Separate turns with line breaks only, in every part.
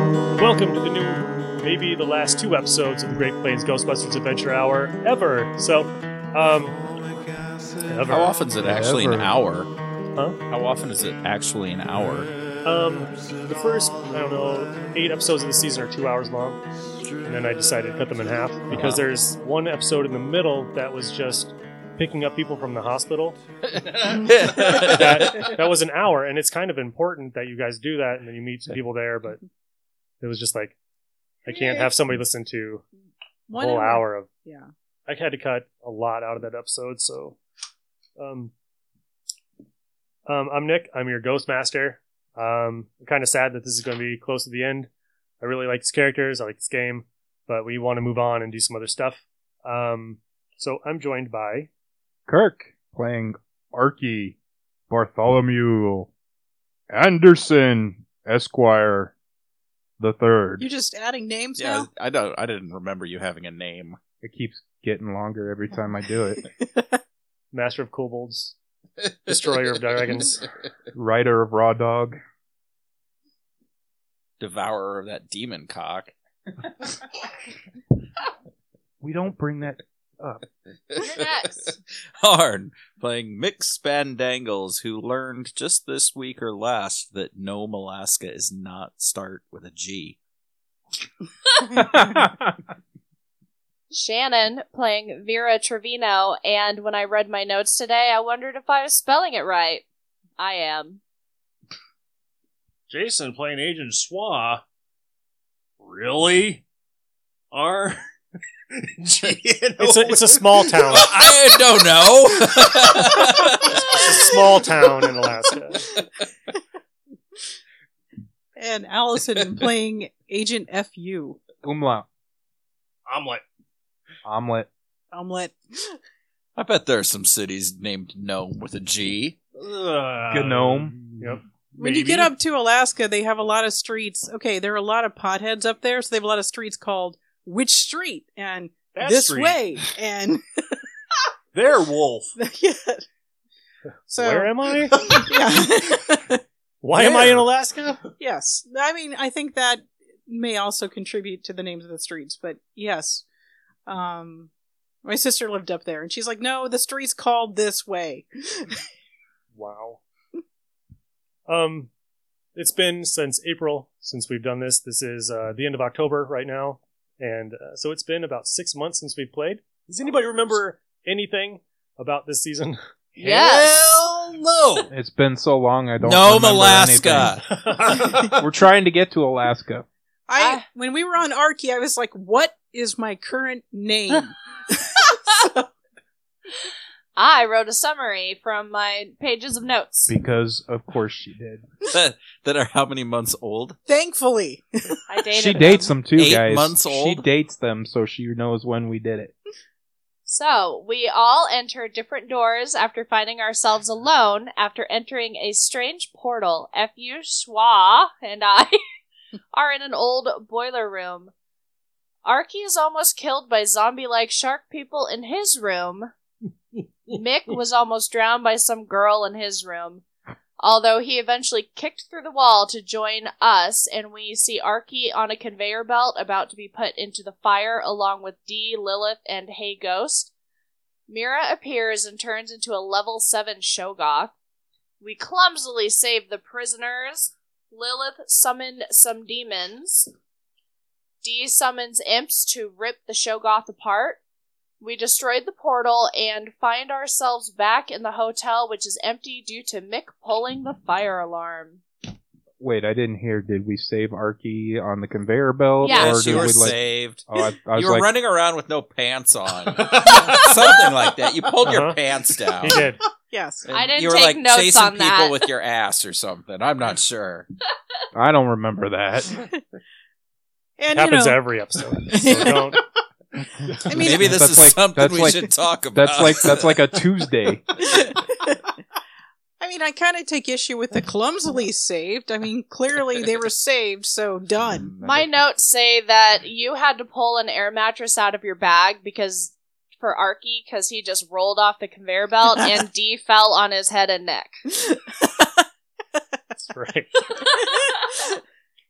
welcome to the new, maybe the last two episodes of the Great Plains Ghostbusters Adventure Hour ever. So, um, ever.
How often is it actually an
Ever.
hour?
Huh?
How often is it actually an hour?
Um, the first, I don't know, eight episodes of the season are two hours long, and then I decided to cut them in half because
Uh-huh.
there's one episode in the middle that was just picking up people from the hospital. that that was an hour, and it's kind of important that you guys do that, and then you meet some people there. But it was just like I can't have somebody listen to a
One
whole hour of.
Yeah.
I had to cut a lot out of that episode, so. Um, um, I'm Nick. I'm your ghost master. Um, I'm kind of sad that this is going to be close to the end. I really like these characters. I like this game, but we want to move on and do some other stuff. Um, so I'm joined by
Kirk playing Archie Bartholomew Anderson Esquire the Third.
You're just adding names
yeah, I don't. I didn't remember you having a name.
It keeps getting longer every time I do it.
Master of Kobolds, Destroyer of Dragons.
Writer of Raw Dog.
Devourer of that demon cock.
We don't bring that.
next?
Harn playing Mix Spandangles, who learned just this week or last that Nome, Alaska is not start with a G.
now.
Shannon playing Vera Trevino, and when I read my notes today, I wondered if I was spelling it right. I am.
Jason playing Agent Swa. Really? R. it's,
It's a, it's a small town.
I don't know.
It's a small town in Alaska.
and Allison playing Agent FU.
Umlaut.
I'm like,
Omelet.
Omelet.
I bet there are some cities named Nome with a G.
ugh.
Gnome.
Mm-hmm. Yep.
When you
Maybe.
get up to Alaska, they have a lot of streets. Okay, there are a lot of potheads up there, so they have a lot of streets called which street and
That
this
street.
way and
They're wolf.
yeah. So
Where am I?
yeah.
Why am I in Alaska?
yes. I mean, I think that may also contribute to the names of the streets, but yes. Um my sister lived up there and she's like, "No, the street's called this way."
Wow. Um, it's been since April since we've done this. This is uh, the end of October right now, and uh, so it's been about six months since we've played. Does anybody remember anything about this season?
Yes.
Hell no.
It's been so long I don't
Nome,
remember
Alaska.
anything. We're trying to get to Alaska.
I
Ah.
when we were on Archie, I was like, "What is my current name?"
I wrote a summary from my pages of notes.
Because of course she did.
that, that are how many months old?
Thankfully.
I dated
She dates
them.
them too,
Eight
guys.
months
She
old?
dates them so she knows when we did it.
So we all enter different doors after finding ourselves alone after entering a strange portal. Fu Schwa and I are in an old boiler room. Arky is almost killed by zombie-like shark people in his room. Mick was almost drowned by some girl in his room. Although he eventually kicked through the wall to join us, and we see Arky on a conveyor belt about to be put into the fire along with Dee, Lilith, and Hey Ghost. Mira appears and turns into a level 7 Shogoth. We clumsily save the prisoners. Lilith summoned some demons. Dee summons imps to rip the Shogoth apart. We destroyed the portal and find ourselves back in the hotel, which is empty due to Mick pulling the fire alarm.
Wait, I didn't hear. Did we save Archie on the conveyor belt?
Yeah.
or
Yes,
did
you were
we like?
saved.
Oh, I, I was
you were
like,
running around with no pants on. Something like that. You pulled your
Uh-huh.
pants down.
he did.
Yes.
And
I didn't
you were
take
like
notes
chasing
on
people
that.
with your ass or something. I'm not sure.
I don't remember that.
And you
happens
know,
every episode. So don't.
I mean,
Maybe this
That's
is
like-
something
that's
we
like-
should talk about.
That's like that's like a Tuesday.
I mean, I kind of take issue with the clumsily saved. I mean, clearly they were saved, so done.
My notes say that you had to pull an air mattress out of your bag because for Arky because he just rolled off the conveyor belt and D fell on his head and neck.
That's right.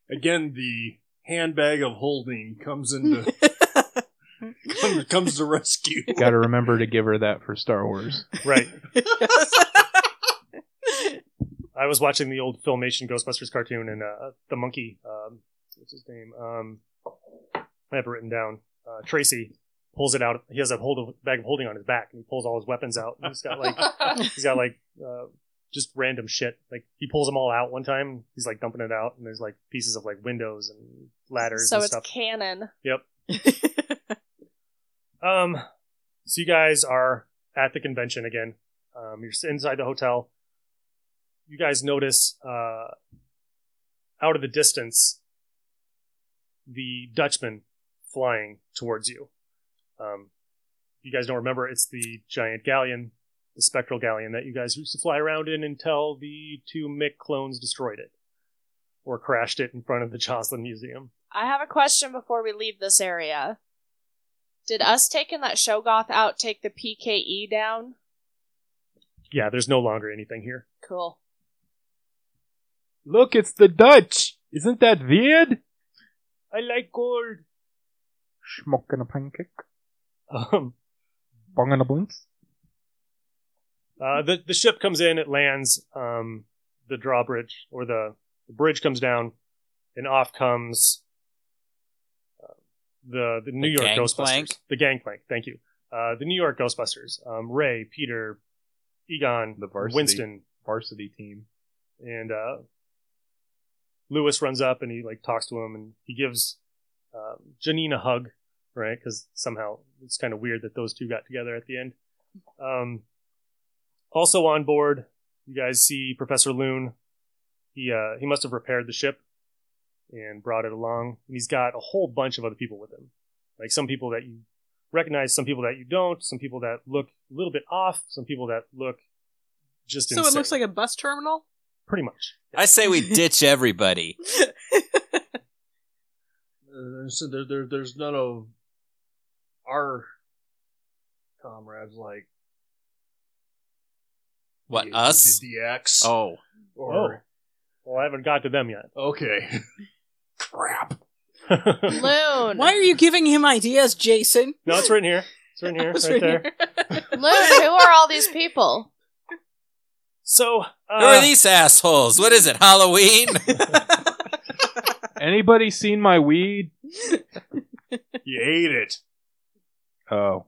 Again, the handbag of holding comes into comes, comes to rescue.
Got to remember to give her that for Star Wars.
Right.
Yes.
I was watching the old filmation Ghostbusters cartoon, and uh, the monkey, um, what's his name? Um, I have it written down. Uh, Tracy pulls it out. He has a hold of, bag of holding on his back, and he pulls all his weapons out. And he's got like he's got like uh, just random shit. Like he pulls them all out one time. He's like dumping it out, and there's like pieces of like windows and ladders
so
and
it's
stuff.
canon.
Um, so you guys are at the convention again. Um, you're s- inside the hotel. You guys notice uh, out of the distance the Dutchman flying towards you. Um, you guys don't remember it's the giant galleon, the spectral galleon that you guys used to fly around in until the two Mick clones destroyed it or crashed it in front of the Jocelyn Museum.
I have a question before we leave this area. Did us taking that Shogoth out take the PKE down?
Yeah, there's no longer anything here.
Cool.
Look, it's the Dutch. Isn't that weird?
I like gold.
Schmucking a pancake,
Um,
bonging a blunts.
Uh, the the ship comes in, it lands. Um, the drawbridge or the, the bridge comes down, and off comes uh, the the New
The
York
gangplank?
Ghostbusters. The gangplank. Thank you. Uh, the New York Ghostbusters. Um, Ray, Peter, Egon,
The varsity.
Winston,
Varsity team.
and uh, Lewis runs up and he like talks to him and he gives um, Janine a hug, right? Because somehow it's kind of weird that those two got together at the end. Um, also on board, you guys see Professor Loon. He uh, he must have repaired the ship and brought it along, and he's got a whole bunch of other people with him, like some people that you recognize, some people that you don't, some people that look a little bit off, some people that look just
so it looks
insane.
like a bus terminal.
pretty much.
I say we ditch everybody.
Uh, so there, there, there's none of our comrades like
What
the,
us?
the DX
Oh,
or
Well, I haven't got to them yet.
okay. Crap.
Loon.
Why are you giving him ideas, Jason?
no, it's written here. It's written here,
It's
right there.
right here.
Loon, who are all these people?
So,
who are
uh,
these assholes? What is it? Halloween?
Uh-huh. Anybody seen my weed?
You ate it.
Oh,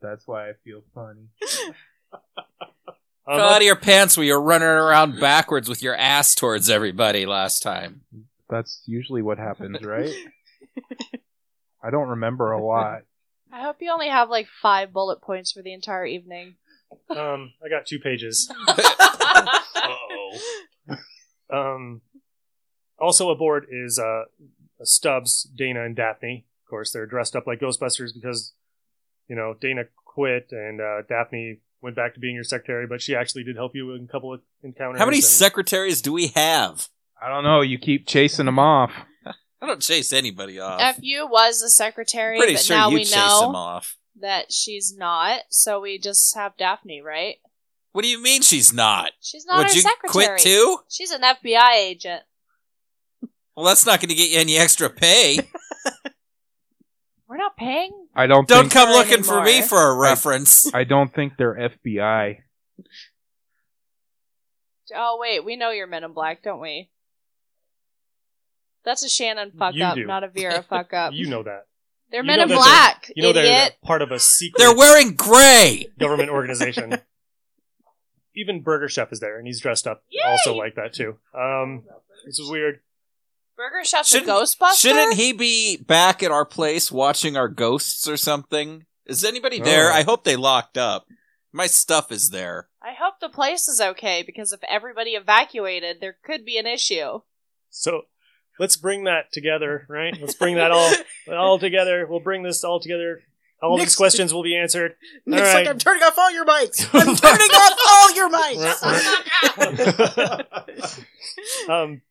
that's why I feel funny.
um, Uh-huh.
Fell out of your pants when you're running around backwards with your ass towards everybody last time.
That's usually what happens, right? I don't remember a lot.
I hope you only have like five bullet points for the entire evening.
um, I got two pages.
Uh-oh.
Um, also aboard is uh, Stubbs, Dana, and Daphne. Of course, they're dressed up like Ghostbusters because, you know, Dana quit and uh, Daphne went back to being your secretary, but she actually did help you in a couple of encounters.
How many
and-
secretaries do we have?
I don't know. You keep chasing them off.
I don't chase anybody off.
FU was the secretary,
Pretty
but
sure
now
you
we
chase them
know
off.
that she's not, so we just have Daphne, right?
What do you mean she's not?
She's not
Would
our
you
secretary.
quit too?
She's an FBI agent.
Well, that's not going to get you any extra pay.
We're not paying?
I don't.
Don't
think,
come
her
looking for me
anymore.
for a reference.
I don't think they're FBI.
Oh, wait, we know you're Men in Black, don't we? That's a Shannon fuck
You
up,
do.
not a Vera fuck up.
You know that.
They're
you
Men
know
in
that they're-
Black,
You know they're
idiot.
they're part of a secret
They're wearing gray.
government organization. Even Burger Chef is there, and he's dressed up
Yay!
also like that too. Um, this is weird.
Burger Chef's
Shouldn't-
a Ghostbuster?
Shouldn't he be back at our place watching our ghosts or something? Is anybody
Oh.
there? I hope they locked up. My stuff is there.
I hope the place is okay because if everybody evacuated, there could be an issue.
So let's bring that together, right? Let's bring that all all together. We'll bring this all together. All
Next-
these questions will be answered.
Nick's
All right.
like, I'm turning off all your mics. I'm turning off all your mics.
Um,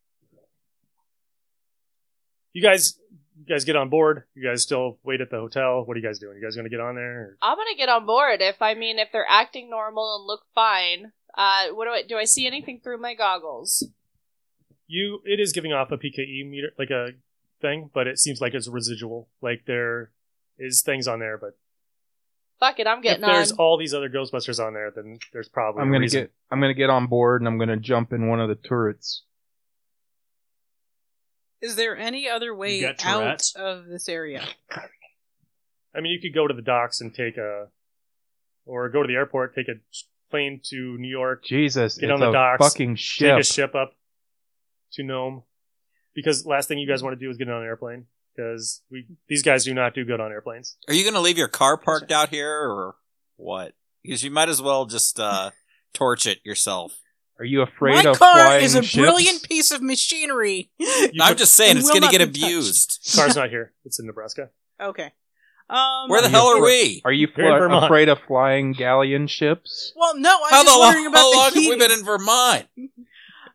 you guys, you guys get on board. You guys still wait at the hotel. What are you guys doing? You guys going to get on there? Or-
I'm gonna get on board if I mean if they're acting normal and look fine. Uh, what do I do? I see anything through my goggles?
you it is giving off a PKE meter like a thing, but it seems like it's residual. Like there is things on there, but
Fuck it, I'm
if
getting on.
there's all these other Ghostbusters on there, then there's probably
I'm
a
gonna
reason.
get I'm gonna get on board and I'm gonna jump in one of the turrets.
Is there any other way
You got
out
Tourette's?
of this area?
I mean, you could go to the docks and take a, or go to the airport, take a plane to New York,
Jesus,
Get
it's
on the
a
docks,
fucking ship.
take a ship up to Nome, because last thing you guys want to do is get on an airplane because we these guys do not do good on airplanes.
Are you going to leave your car parked out here or what? Because you might as well just uh, torch it yourself.
Are you afraid
My
of
car
flying
is a
ships?
brilliant piece of machinery.
You
I'm
could-
just saying
and
it's
will
going to
not
get
be touched.
abused.
car's not here; it's in Nebraska.
okay. Um,
Where the
Are
hell
you
are we?
Are you
You're in
fly-
Vermont.
afraid of flying galleon ships?
Well, no, I'm
How, the,
just wondering about
how
the
long have we
heat.
been in Vermont?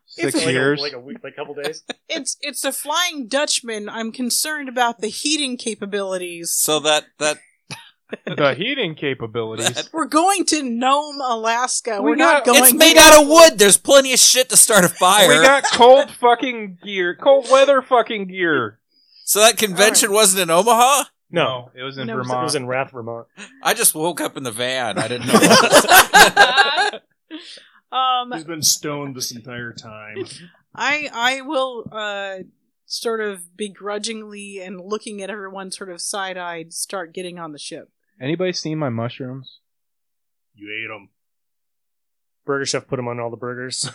Six
Like a-
years.
like a week, like a couple days.
It's it's a flying Dutchman. I'm concerned about the heating capabilities.
So that that
the heating capabilities.
We're going to Nome, Alaska.
We
We're not
got-
going.
it's made out of wood. There's plenty of shit to start a
we
fire.
got cold fucking gear, cold weather fucking gear.
so that convention wasn't in Omaha.
No,
it was in
No, it was-
it
Vermont.
was in Rath, Vermont.
I just woke up in the van. I didn't know. what-
Uh,
Um,
He's been stoned this entire time.
I I will uh sort of begrudgingly and looking at everyone sort of side eyed start getting on the ship.
Anybody seen my mushrooms?
You ate him.
Burger chef put them on all the burgers.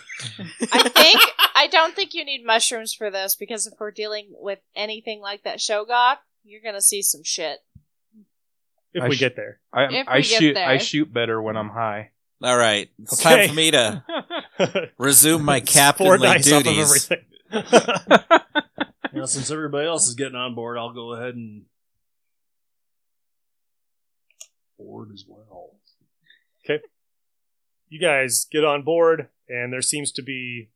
I think I don't think you need mushrooms for this because if we're dealing with anything like that Shogoth, you're gonna see some shit.
If
I
we
sh-
get there,
I,
If
I
we get
shoot.
there.
I shoot better when I'm high.
All right, it's
Okay.
time for me to resume my
four
captainly
dice off of
duties.
everything.
Now, since everybody else is getting on board, I'll go ahead and board as well.
you guys get on board, and there seems to be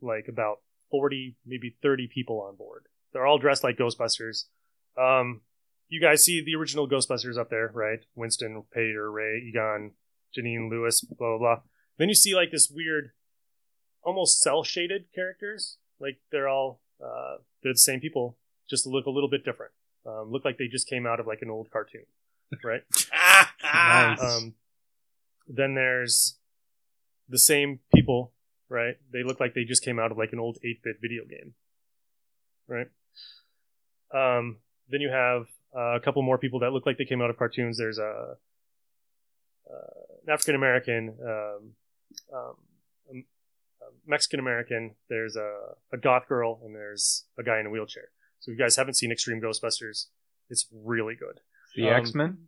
like about 40, maybe 30 people on board. They're all dressed like Ghostbusters. Um, you guys see the original Ghostbusters up there, right? Winston, Pater, Ray, Egon, Janine, Lewis, blah, blah, blah. Then you see like this weird, almost cell shaded characters. Like they're all, uh, they're the same people, just look a little bit different. Um, look like they just came out of like an old cartoon, right?
Nice.
Um, then there's the same people, right? They look like they just came out of like an old 8-bit video game, right? Um, then you have uh, a couple more people that look like they came out of cartoons. There's a uh, an African American, um, um, um, Mexican American. There's a, a goth girl, and there's a guy in a wheelchair. So if you guys haven't seen Extreme Ghostbusters, it's really good.
The
Um,
X Men.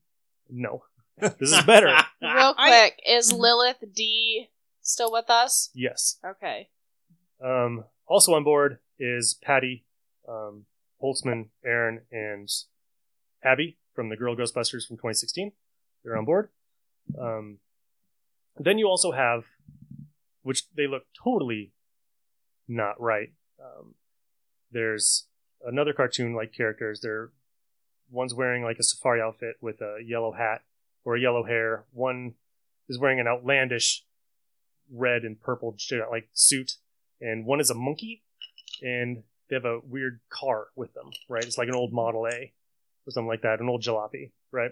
No, this is better.
Real
I-
quick, is Lilith D still with us?
yes.
Okay.
Um, also on board is Patty, um, Holtzman, Aaron, and Abby from the Girl Ghostbusters from 2016. They're on board. Um, then you also have, which they look totally not right. Um, there's another cartoon like characters. They're one's wearing like a safari outfit with a yellow hat or yellow hair. One is wearing an outlandish red and purple like suit and one is a monkey, and they have a weird car with them, right? It's like an old Model A or something like that, an old jalopy, right?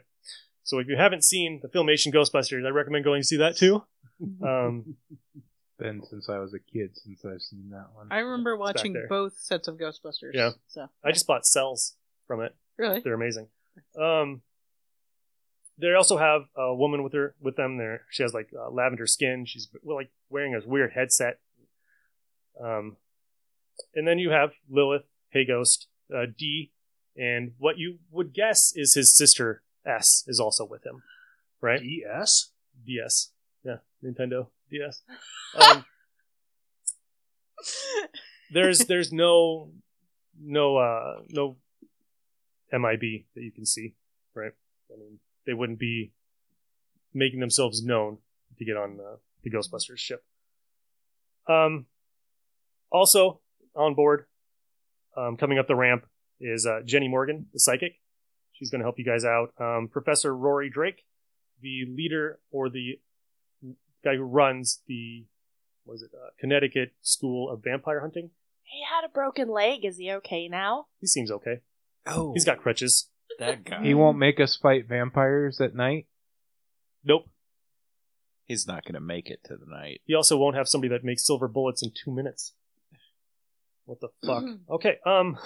So if you haven't seen the Filmation Ghostbusters, I recommend going to see that too. Um,
Been since I was a kid since I've seen that one.
I remember
back
watching
there.
both sets of Ghostbusters.
Yeah.
So
I just bought cells from it;
really,
they're amazing. Um, they also have a woman with her with them there. She has like uh, lavender skin. She's well, like wearing a weird headset. Um, and then you have Lilith, Hey Ghost, uh, D, and what you would guess is his sister S is also with him, right?
DS?
DS, yeah, Nintendo DS. Um, there's there's no no uh no MIB that you can see, right? I mean, they wouldn't be making themselves known to get on the, the Ghostbusters ship. Um, also on board, um, coming up the ramp is uh, Jenny Morgan, the psychic. She's going to help you guys out. Um, Professor Rory Drake, the leader or the guy who runs the was it uh, Connecticut School of Vampire Hunting.
He had a broken leg. Is he okay now?
He seems okay.
Oh,
He's got crutches.
that guy.
He won't make us fight vampires at night.
Nope.
He's not going to make it to the night.
He also won't have somebody that makes silver bullets in two minutes. What the fuck? okay. Um.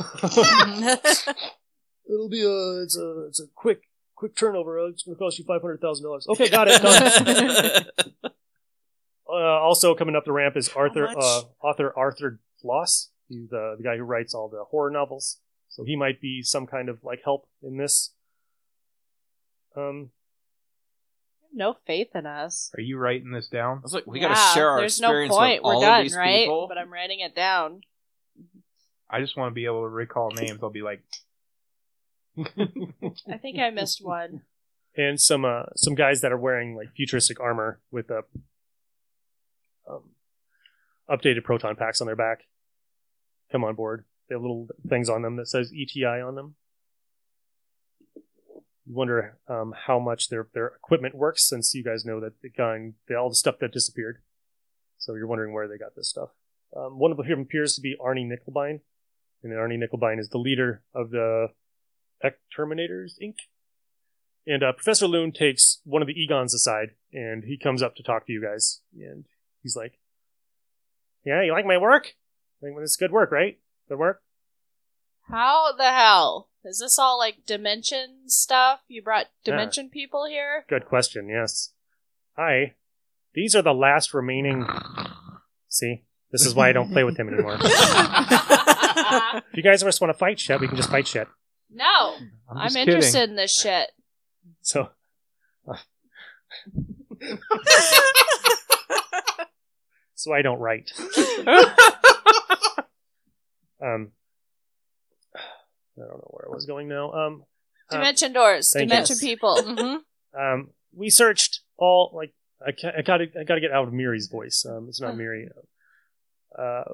It'll be a it's a it's a quick quick turnover. Uh, It's gonna cost you five hundred thousand dollars. Okay, got it. Done. uh, also coming up the ramp is Arthur
much?
uh, author Arthur Floss. He's the the guy who writes all the horror novels. So he might be some kind of like help in this. Um,
no faith in us.
Are you writing this down?
I was like, we got
Yeah,
to share our
There's
experience
no point.
with
We're
all
done,
of these
right?
people.
But I'm writing it down.
I just want to be able to recall names. I'll be like,
I think I missed one.
and some uh, some guys that are wearing like futuristic armor with uh um, updated proton packs on their back come on board. They have little things on them that says ETI on them. You wonder um, how much their their equipment works since you guys know that the gun, the, all the stuff that disappeared. So you're wondering where they got this stuff. Um, one of them appears to be Arnie Nickelbein, and Arnie Nickelbein is the leader of the Ec Terminators Inc. And uh, Professor Loon takes one of the Egons aside, and he comes up to talk to you guys. And he's like, "Yeah, you like my work? Like, well, it's good work, right? Good work."
How the hell is this all like dimension stuff? You brought dimension people here.
Good question. Yes. Hi. These are the last remaining. See, this is why I don't play with him anymore. If you guys just want to fight shit, we can just fight shit.
no,
I'm,
I'm
just
interested in this shit.
So so I don't write. Um, I don't know where I was going now. Um,
Uh,
um,
Dimension doors,
thank you.
dimension people.
hmm
um, we searched all like I, ca- I gotta I gotta get out of Miri's voice. Um, it's
Hmm.
not Miri. Uh,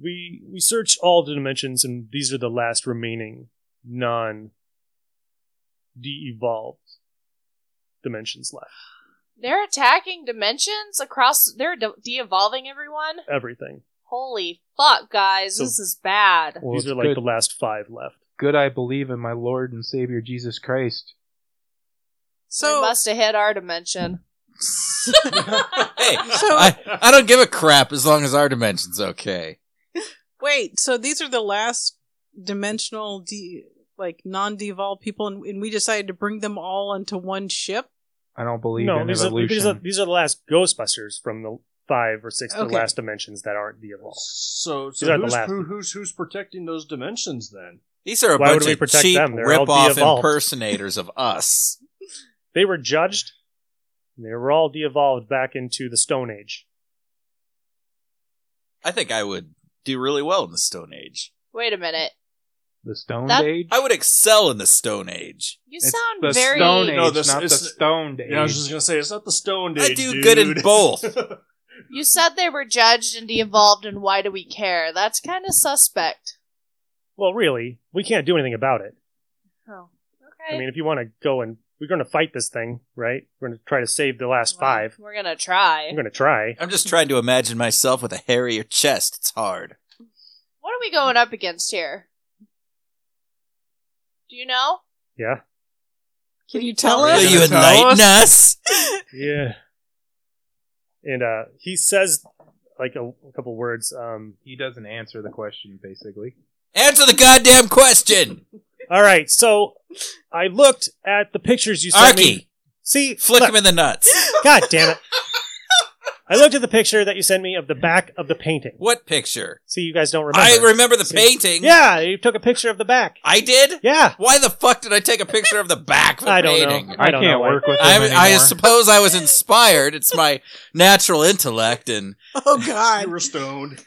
we we searched all the dimensions, and these are the last remaining non de-evolved dimensions left.
They're attacking dimensions across. They're de- evolving everyone.
Everything.
Holy fuck, guys,
So-
this is bad.
Well,
these
it's
are like
good,
the last five left.
good I believe in my Lord and Savior Jesus Christ.
we
So,
must have hit our dimension.
hey, I, I don't give a crap as long as our dimension's okay.
wait, so these are the last dimensional, de- like non devolved people, and, and we decided to bring them all onto one ship?
I don't believe
no,
in
these are,
evolution.
these are these are the last Ghostbusters from the five or six the
Okay.
last dimensions that aren't de-evolved.
So,
These are
so
the
who's,
last
who,
ones.
who's who's protecting those dimensions then?
These are a
Why would
bunch
we
of
protect
cheap
them? They're all
rip-off
de-evolved.
impersonators of us.
They were judged. And they were all de-evolved back into the Stone Age.
I think I would do really well in the Stone Age.
Wait a minute.
the Stone
That-
Age.
I would excel in the Stone Age.
You
It's
sound
the
very.
Stone Age,
No, this-
not the
it's-
Stoned Age.
Yeah, I was just gonna say it's not the Stone Age.
I do
dude.
good in both.
You said they were judged and de-evolved, and why do we care? That's kind of suspect.
Well, really, we can't do anything about it.
Oh, okay.
I mean, if you want to go and we're going to fight this thing, right? We're going to try to save the last
Well,
five.
We're gonna try.
I'm going to try.
I'm just trying to imagine myself with a hairier chest. It's hard.
What are we going up against here? Do you know?
Yeah,
Can you tell
Will
us?
you enlighten us?
yeah. And uh, he says like a, a couple words. Um,
He doesn't answer the question, basically.
Answer the goddamn question,
all right, so I looked at the pictures you sent me.
Arky.
See,
Flick
look,
him in the nuts.
God damn it! I looked at the picture that you sent me of the back of the painting.
What picture?
See, you guys don't remember.
I remember the
See?
painting.
Yeah, you took a picture of the back.
I did.
Yeah,
Why the fuck did I take a picture of the back of the
I don't know.
painting?
I
I,
don't
can't
know why-
work with him anymore.
I, I suppose I was inspired. It's my natural intellect and
Oh,
You
God.
were stoned.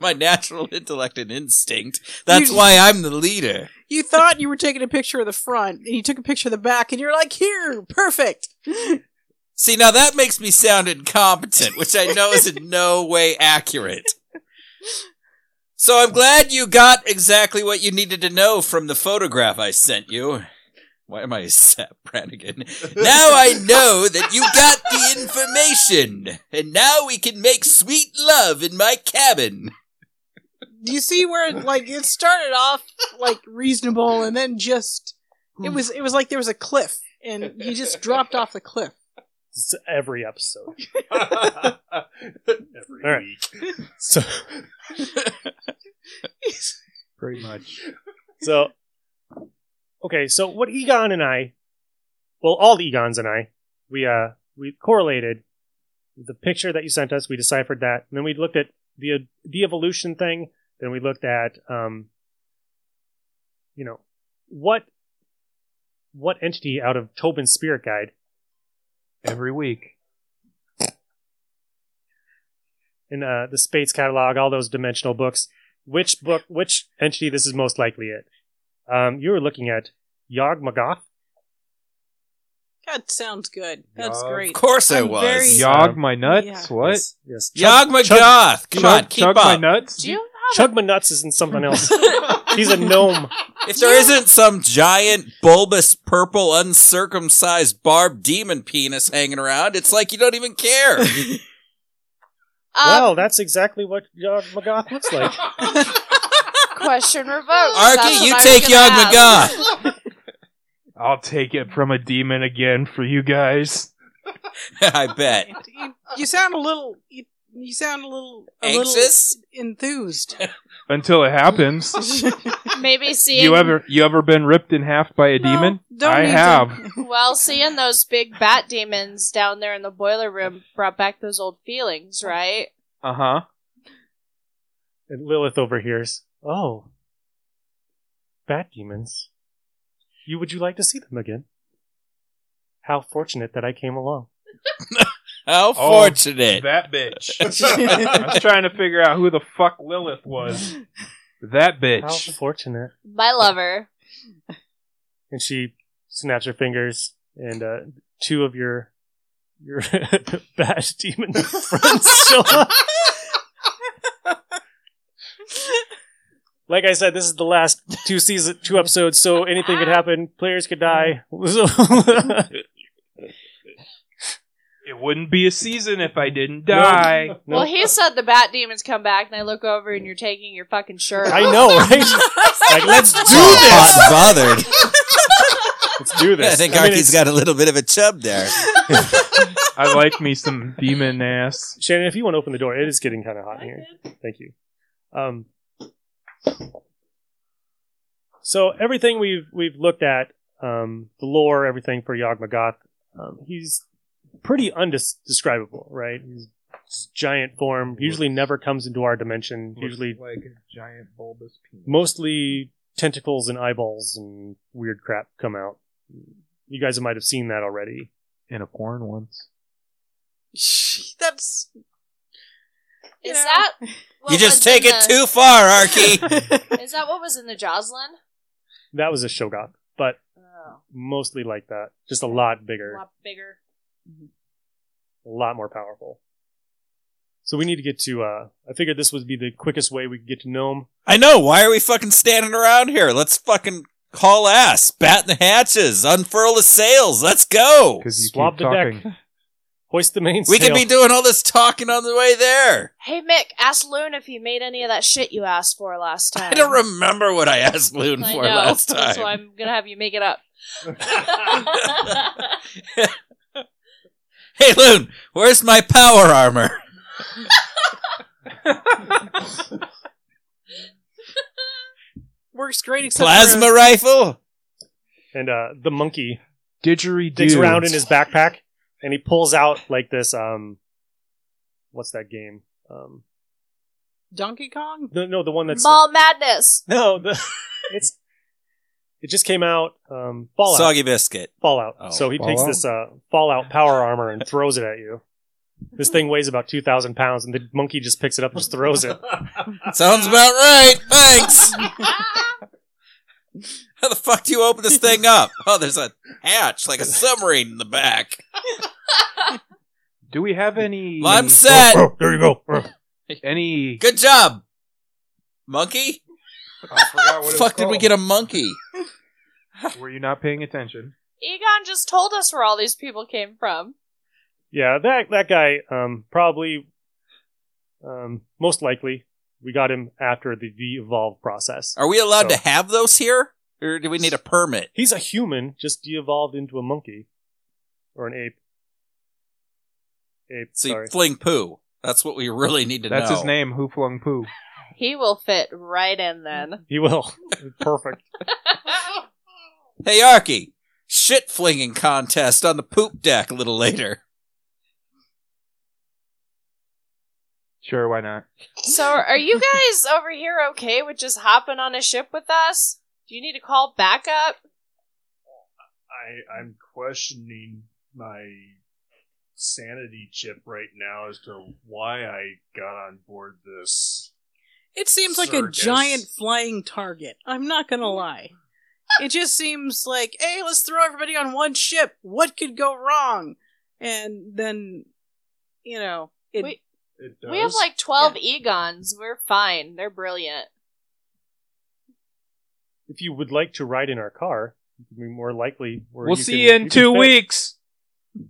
my natural intellect and instinct. That's
You-
why I'm the leader.
You thought you were taking a picture of the front, and you took a picture of the back, and you're like, here, perfect.
See, now that makes me sound incompetent, which I know is in no way accurate. So I'm glad you got exactly what you needed to know from the photograph I sent you. Why am I Sap Brannigan? now I know that you got the information, and now we can make sweet love in my cabin.
Do you see where it, like it started off like reasonable and then just it was it was like there was a cliff and you just dropped off the cliff.
It's every episode.
Every
All right.
week.
So
Pretty much.
So, okay, so what Egon and I, well, all the Egons and I, we uh we correlated the picture that you sent us. We deciphered that, and then we looked at the the evolution thing. Then we looked at um, you know, what what entity out of Tobin's spirit guide,
Every week.
in uh, the Spates catalog, all those dimensional books. Which book, which entity this is most likely it? Um, you were looking at Yog Magoth.
That sounds good. That's
Yeah, of
Of
great.
course I
I'm
was.
very-
Yog,
Yog my nuts?
Yeah.
What?
Yes, yes.
Magoth! Come on,
chug
keep
chug my
up.
nuts?
Do you have
Chugma Nuts isn't something else. He's a gnome.
If there not some giant, bulbous, purple, uncircumcised, barbed demon penis hanging around, it's like you don't even care.
a um,
well, that's exactly what Yog Magoth looks like.
question revoked? That's
Arky, you
what I was
take
gonna
Yog
ask.
Magoth.
I'll take it from a demon again for you guys.
I bet.
You, you sound a little you, you sound a little a
Anxious?
little enthused.
Until it happens.
Maybe seeing
you ever you ever been ripped in half by a
No,
demon?
don't
I
need to.
have.
Well, seeing those big bat demons down there in the boiler room brought back those old feelings, right?
Uh huh.
And Lilith overhears. Oh, bat demons. You would you like to see them again? How fortunate that I came along.
How
Oh,
fortunate.
That bitch. I was trying to figure out who the fuck Lilith was. That
How
bitch.
fortunate.
My lover.
And she snaps her fingers, and uh, two of your your bat demon friends show up. Like I said, this is the last two season, two episodes, so anything could happen. Players could die. So-
It wouldn't be a season if I didn't die.
No.
Well, he said the bat demons come back, and I look over, and you're taking your fucking shirt.
I know, right? like, let's do this.
Hot and bothered.
Let's do this.
I think
I mean,
Arky's
it's-
got a little bit of a chub there.
I like me some demon ass.
Shannon, if you want to open the door, it is getting kind of hot in here. Thank you. Um, so everything we've we've looked at, um, the lore, everything for Yog Magoth, um, he's pretty undescribable, right? He's this giant form, usually never comes into our dimension. Usually,
like a giant bulbous penis.
mostly tentacles and eyeballs and weird crap come out. You guys might have seen that already.
In a porn once.
That's
Is
Yeah.
that what
you just
was
take
in
it
the-
too far, Arky.
Is that what was in the Joslyn?
That was a Shogoth, but
Oh,
mostly like that, just a lot bigger.
a lot bigger.
a lot more powerful. So we need to get to. Uh, I figured this would be the quickest way we could get to Gnome.
I know. Why are we fucking standing around here? Let's fucking call ass, bat the hatches, unfurl the sails. Let's go.
Because you
Swab
keep
the deck.
talking.
Hoist the mainsail.
We could be doing all this talking on the way there.
Hey Mick, ask Loon if he made any of that shit you asked for last time.
I don't remember what I asked Loon
I
for
know,
last time.
So I'm gonna have you make it up.
Hey Loon, where's my power armor?
works great except
Plasma
for
rifle?
and uh, the monkey
Didgeridoo.
digs around in his backpack and he pulls out like this. Um, what's that game? Um,
Donkey Kong.
no, no, the one that's
Mall madness.
no, the, it's it just came out. Um, Fallout.
Soggy biscuit.
Fallout.
Oh,
so he takes
Fallout?
this uh, Fallout power armor and throws it at you. This thing weighs about two thousand pounds, and the monkey just picks it up and just throws it.
Sounds about right. Thanks. How the fuck do you open this thing up? Oh, there's a hatch, like a submarine in the back.
Do we have any?
Well, I'm set.
Oh, there you go.
Any?
Good job. Monkey?
I forgot what it was
Fuck did we
called.
get a monkey?
Were you not paying attention?
Egon just told us where all these people came from.
Yeah, that that guy um, probably, um, most likely, we got him after the de-evolve process.
Are we allowed
So-
to have those here, or do we need a permit?
He's a human, just de-evolved into a monkey or an ape. Ape.
See,
sorry.
fling poo. That's what we really need to
That's
know.
his name, Who Flung Poo.
He will fit right in then.
He will. Perfect.
Hey, Arky, shit flinging contest on the poop deck a little later.
Sure, why not?
so, are you guys over here okay with just hopping on a ship with us? Do you need to call backup?
I I'm questioning my sanity chip right now as to why I got on board this.
It seems like
Circus.
a giant flying target. I'm not gonna lie. It just seems like, hey, let's throw everybody on one ship. What could go wrong? And then, you know, it,
Wait.
It does.
We have like 12 Egons. We're fine. They're brilliant.
If you would like to ride in our car, you'd be more likely. Where
We'll
you
see
can-
you in
can
two
fit-
weeks.
It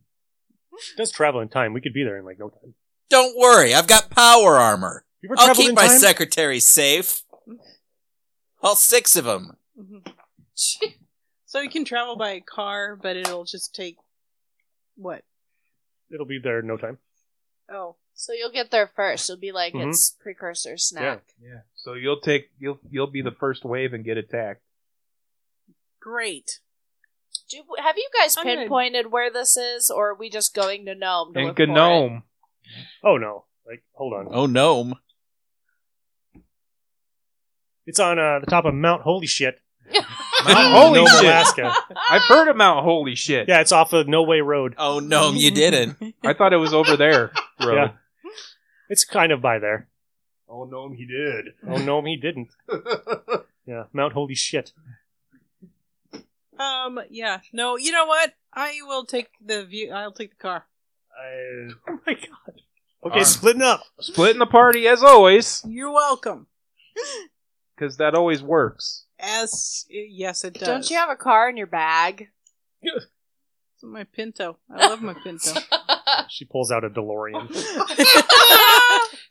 does travel in time. We could be there in like no time.
Don't worry, I've got power armor.
You ever
I'll
traveled
keep
in
my
time?
secretary safe. All six of them.
Mhm. so you can travel by car, but it'll just take what?
It'll be there in no time.
Oh,
So, you'll get there first. It'll be like
Mhm.
it's precursor snack.
Mm-hmm. Yeah. So you'll take you'll you'll be the first wave and get attacked.
great.
Do, have you guys
I'm gonna-
pinpointed where this is, or are we just going to Gnome? To
And
look for it?
Gnome.
Oh no! Like hold on.
Oh, gnome.
It's on uh, the top of Mount Holy Shit,
Mount Holy
Nome,
Shit.
Alaska.
I've heard of Mount Holy Shit.
Yeah, it's off of No Way Road.
Oh, gnome, you didn't.
I thought it was over there. Road.
Yeah. It's kind of by there.
Oh no, he did.
Oh no, he didn't. Yeah, Mount Holy Shit.
Um, yeah, no, you know what? I will take the view. I'll take the car.
I
Oh my god. Okay,
Alright.
splitting up.
Splitting the party as always,
You're welcome.
because that always works.
As yes, it does.
Don't you have a car in your bag?
It's my Pinto? I love my Pinto.
She pulls out a DeLorean.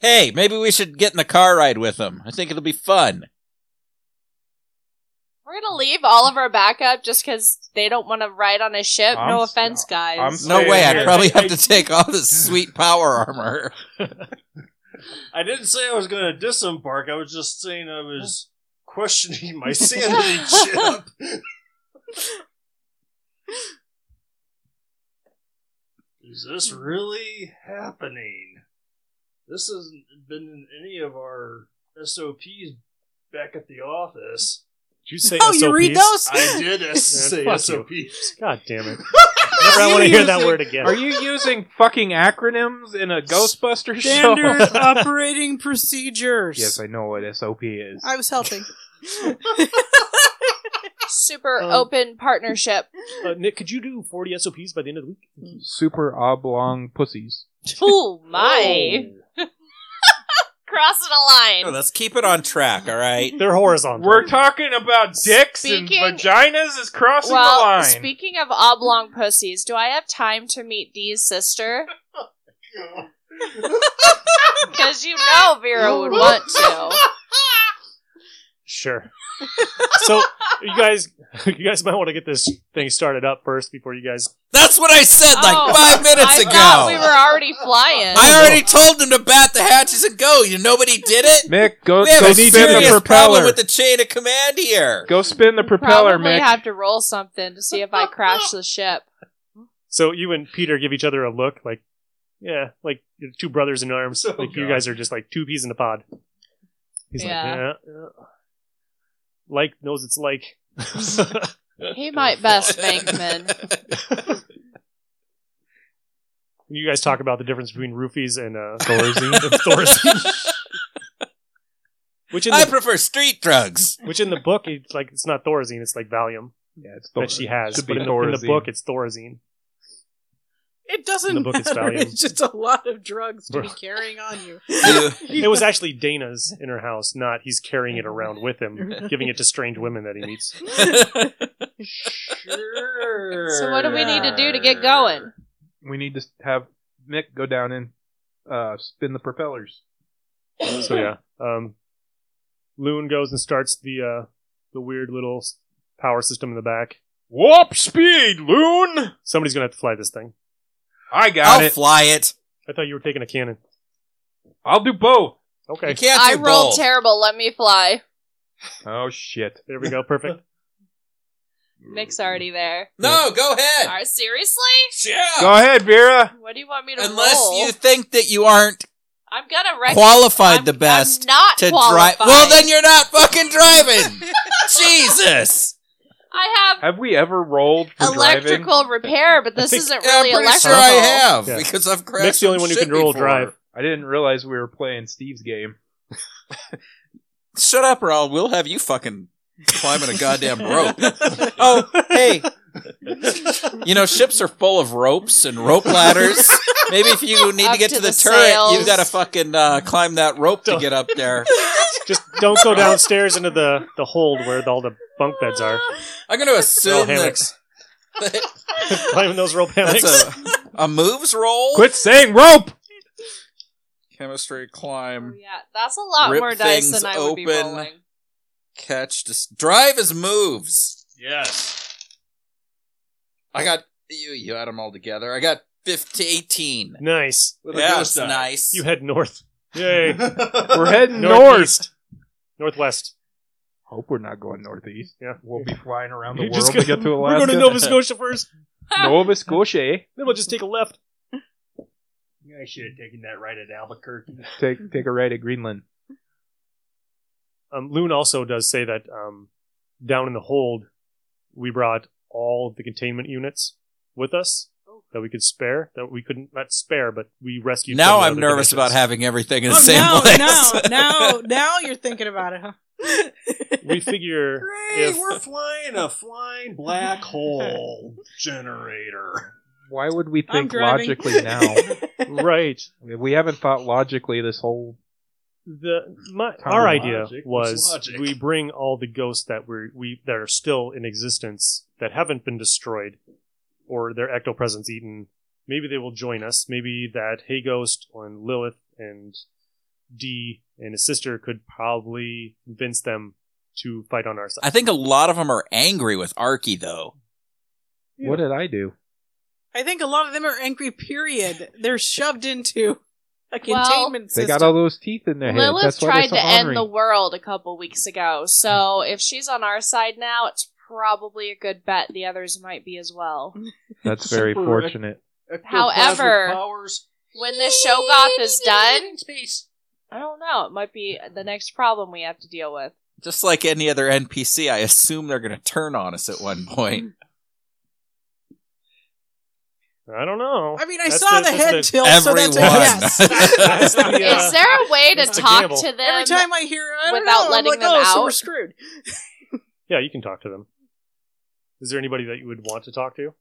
Hey, maybe we should get in the car ride with them. I think it'll be fun.
We're gonna leave all of our backup just because they don't want to ride on a ship.
I'm
no
s-
offense, guys.
I'm
No
Stay
way,
here.
I'd probably have to take all this sweet power armor.
I didn't say I was going to disembark. I was just saying I was questioning my sanity chip. is this really happening? This hasn't been in any of our SOPs back at the office.
Did you say
oh, you
SOPs?
read those?
I did S-
Man,
say
fuck you.
SOPs.
God damn it.
Are
Never I
you
want to hear that
using-
word again.
Are you using fucking acronyms in a Ghostbusters
Standard
show?
operating procedures.
Yes, I know what SOP is.
I was helping.
Super
Um,
open partnership.
Uh, Nick, could you do 40 SOPs by the end of the week?
Super oblong pussies.
Oh my! Crossing a
No,
line.
Oh, let's keep it on track, all right?
They're horizontal.
We're talking about dicks
Speaking-
and vaginas is crossing the
Well,
line.
speaking of oblong pussies, do I have time to meet Dee's sister? Because you know Vera would want to.
Sure. so, you guys, you guys might want to get this thing started up first before you guys.
That's what I said like
Oh,
five minutes
I
ago.
thought we were already flying.
I already told them to bat the hatches and go. You nobody did it.
Mick, go,
we have
go
a
spin
serious problem
the propeller.
with the chain of command here.
Go spin the
We
propeller,
probably
Mick.
have to roll something to see if I crash the ship.
So, you and Peter give each other a look like, yeah, like you're two brothers in arms.
Oh,
like, you
God.
guys are just like two peas in a pod. He's
Yeah.
like, yeah, yeah. Like knows it's like.
He might best Bankman.
You guys talk about the difference between roofies and uh,
Thorazine.
Thorazine. which in
I
the,
prefer street drugs.
which in the book it's like it's not Thorazine, it's like Valium
yeah, it's
that she
Thorazine.
has.
Should
But
be
in the, in the
Thorazine.
book, it's Thorazine.
It
In
doesn't
the book, it's
matter.
Valium.
It's just a lot of drugs to be carrying on you.
You-
It was actually Dana's in her house, not he's carrying it around with him, giving it to strange women that he meets.
Sure.
So what do we need to do to get going?
We need to have Mick go down and uh, spin the propellers.
so yeah, um, Loon goes and starts the uh, the weird little s- power system in the back.
Warp speed, loon!
Somebody's gonna have to fly this thing.
I got
I'll
it.
fly it.
I thought you were taking a cannon.
I'll do both.
Okay,
You can't do
I rolled
both.
terrible. Let me fly.
Oh shit!
there we go. Perfect.
Nick's
Mm.
already there.
No, go ahead.
Are seriously?
Yeah.
Go ahead, Vera.
What do you want me to
Unless
roll?
you think that you aren't
I'm gonna rec-
qualified
I'm-
the best
I'm not
to drive,
qualified.
well then you're not fucking driving. Jesus.
I have
Have we ever rolled for driving?
electrical repair, but this
think-
isn't
Yeah,
really
I'm pretty sure
electrical.
I have
Yeah.
because I've crashed.
Nick's the only
some
one who
shit
can roll
before.
drive.
I didn't realize we were playing Steve's game.
Shut up, or I'll we'll have you fucking climbing a goddamn rope. oh, hey. You know, ships are full of ropes and rope ladders. Maybe if you need
Up
to get
to
to the,
the
turret,
sails.
you've got to fucking uh, climb that rope to
Don't-
get up there.
Just don't go downstairs into the the hold where all the bunk beds are.
I'm going to assume that,
hammocks. Climbing those rope hammocks.
that's a, a moves roll.
Quit saying rope.
Chemistry
Oh,
climb.
yeah, that's a lot
Rip
more dice
things
than I would be
open.
rolling.
catch dis- drive is moves
Yes.
i got you you had them all together i got 15 18
nice.
With a
that's
ghost eye.
nice
You head north. Yay.
We're heading north.
Northeast. Northwest.
Hope we're not going northeast.
Yeah.
We'll be flying around the
You're
world
just
to get to
We're
Alaska.
going to Nova Scotia first.
Nova Scotia. eh?
Then we'll just take a left.
I should have taken that right at Albuquerque.
Take take a ride at Greenland.
Um, Loon also does say that um, down in the hold, we brought all of the containment units with us that we could spare. That we couldn't not spare, but we rescued.
now
from the
i'm
other
nervous
dimensions.
about having everything in the
Oh,
same
now,
place
now, now, now you're thinking about it, huh?
We figure
Great,
if
we're flying a flying black hole generator.
Why would we
I'm
think
driving.
logically now?
right
we haven't thought logically this whole.
the my,
Common
our idea
logic is
was
logic.
we bring all the ghosts that were we that are still in existence that haven't been destroyed or their ectopresence eaten. Maybe they will join us. Maybe that Hey Ghost and Lilith and D and his sister could probably convince them to fight on our side.
i think a lot of them are angry with arky though
What did I do?
I think a lot of them are angry. Period. They're shoved into a
Well,
containment
They
system.
got all those teeth in their head.
Lilith
That's why
tried
they're so
to
hungry.
end the world a couple weeks ago, so if she's on our side now, it's probably a good bet the others might be as well.
That's very
Super-
fortunate.
However-
Ectoplasmic powers.
When this Shogoth is done, I don't know. It might be the next problem we have to deal with.
just like any other npc i assume they're going to turn on us at one point
I don't know.
I mean, I
That's
saw
the-
the,
that's
head
the-
tilt,
everyone
so that's a yes.
That's the, uh,
Is there a way to
it's a
talk
gamble.
to them?
Every time I hear, I don't
without
know,
letting
I'm like,
them
oh, so
out?
we're screwed.
yeah, you can talk to them. Is there anybody that you would want to talk to?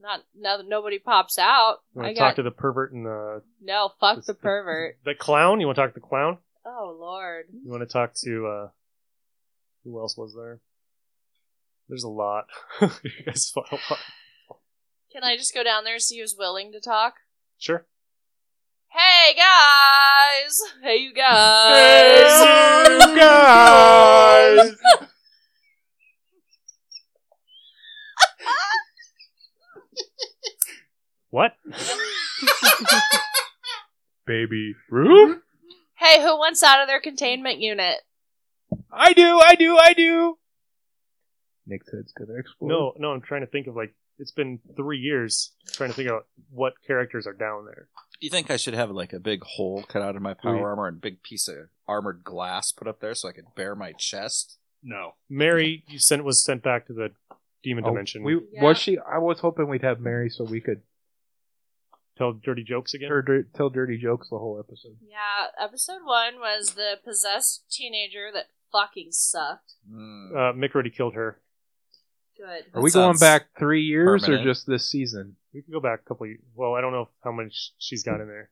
Not no, nobody pops out.
You
I
want to
got
talk to the pervert and the
no. Fuck the pervert.
the clown? You want to talk to the clown?
Oh lord.
You want to talk to uh who else was there? There's a lot. you guys fought a lot.
Can I just go down there and see who's willing to talk?
Sure.
Hey guys! Hey you guys!
Hey, guys!
What?
Baby Ruth?
Hey, who wants out of their containment unit?
I do, I do, I do. Nick's head's gonna explode.
No, no, I'm trying to think of like it's been three years trying to figure out what characters are down there.
do you think i should have like a big hole cut out of my power
We-
armor and a big piece of armored glass put up there so i could bare my chest
No.
Mary you sent was sent back to the demon
Oh,
dimension.
We,
Yeah.
Was she? I was hoping we'd have Mary so we could
tell dirty jokes again.
her, dir- tell dirty jokes the whole episode.
Yeah, episode one was the possessed teenager that fucking sucked.
Hmm.
Uh, Mick already killed her.
Good.
Are
That
we going
sounds
back three years
permanent.
or just this season?
We can go back a couple. Of, well, I don't know how much she's got in there.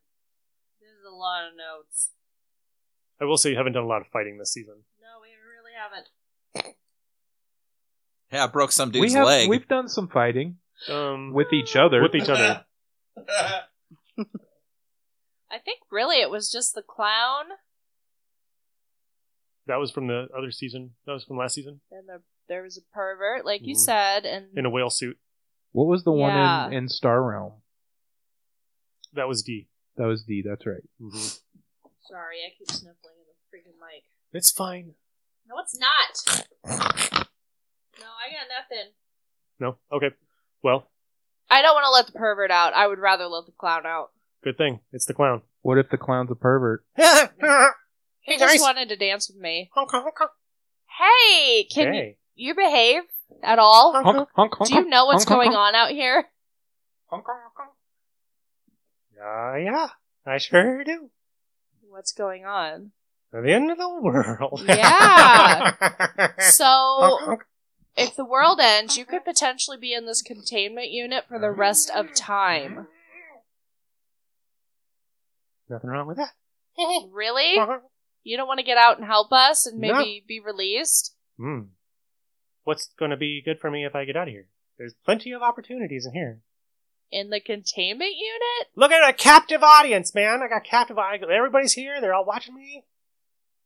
There's a lot of notes.
I will say you haven't done a lot of fighting this season.
No, we really haven't.
Hey, I broke some dude's
we have
leg.
we've done some fighting
Um,
with each other.
with each other.
I think really it was just the clown
That was from the other season. That was from last season
and the, there was a pervert, like you
Mm-hmm.
Mhm.
said, and
in a whale suit.
What was the one
Yeah.
in, in Star Realm?
That was D.
That was D. That's right.
sorry, I keep sniffling in the freaking mic.
It's fine.
No, it's not. No, I got nothing.
No. Okay. Well,
I don't want to let the pervert out. I would rather let the clown out.
good thing it's the clown.
What if the clown's a pervert?
He just wanted to dance with me. Hey, can you,
hey.
you behave at all?
Honk, honk, honk,
Uh-huh. Do you
honk.
know what's
honk, honk,
going on out here?
Ah, yeah. I sure do.
What's going on?
At the end of the world.
Yeah. So, if the world ends, you could potentially be in this containment unit for the rest of time.
Nothing wrong with that.
Really?
Uh-huh.
You don't want to get out and help us and
No.
maybe be released?
Hmm. What's going to be good for me if I get out of here? There's plenty of opportunities in here.
In the containment unit?
Look at a captive audience, man. I got captive audience. Everybody's here. They're all watching me.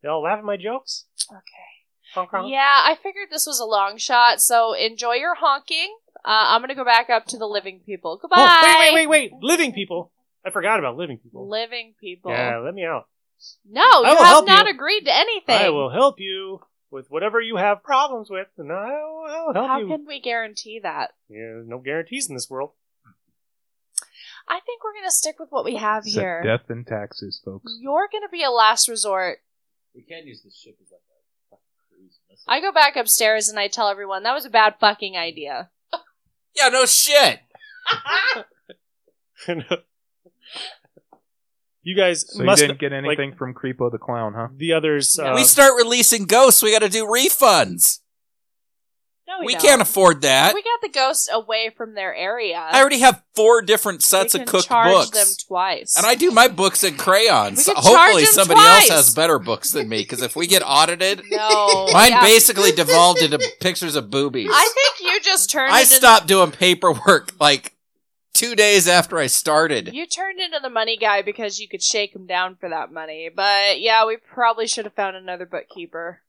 They all laugh at my jokes.
Okay.
Honk, honk.
Yeah, I figured this was a long shot, so enjoy your honking. Uh, I'm going to go back up to the living people. Goodbye.
Oh, wait, wait, wait, wait. Living people. I forgot about living people.
Living people.
Yeah, let me out.
No, you
will
have
help
not
you.
agreed to anything.
I will help you with whatever you have problems with, and I will help
How
you.
can we guarantee that?
Yeah, there's no guarantees in this world.
I think we're going to stick with what we have
Except
here.
Death and taxes, folks.
You're going to be a last resort.
We can use this ship as like a fucking cruise missile.
I go back upstairs and I tell everyone that was a bad fucking idea.
yeah, no shit.
you guys
So
must.
you didn't get anything from Creepo the clown, huh?
The others. Uh,
we start releasing ghosts. We got to do refunds.
No,
We
Oh, don't.
can't afford that.
We got the ghosts away from their area.
I already have four different sets
we
of
can
cooked
charge
books.
them twice.
And I do my books in crayons.
We could charge
Hopefully,
'em
somebody
twice.
else has better books than me. Because if we get audited,
no.
mine
yeah.
basically devolved into pictures of boobies.
I think you just turned.
I
it in-
stopped doing paperwork like two days after I started.
you turned into the money guy because you could shake him down for that money. But yeah, we probably should have found another bookkeeper.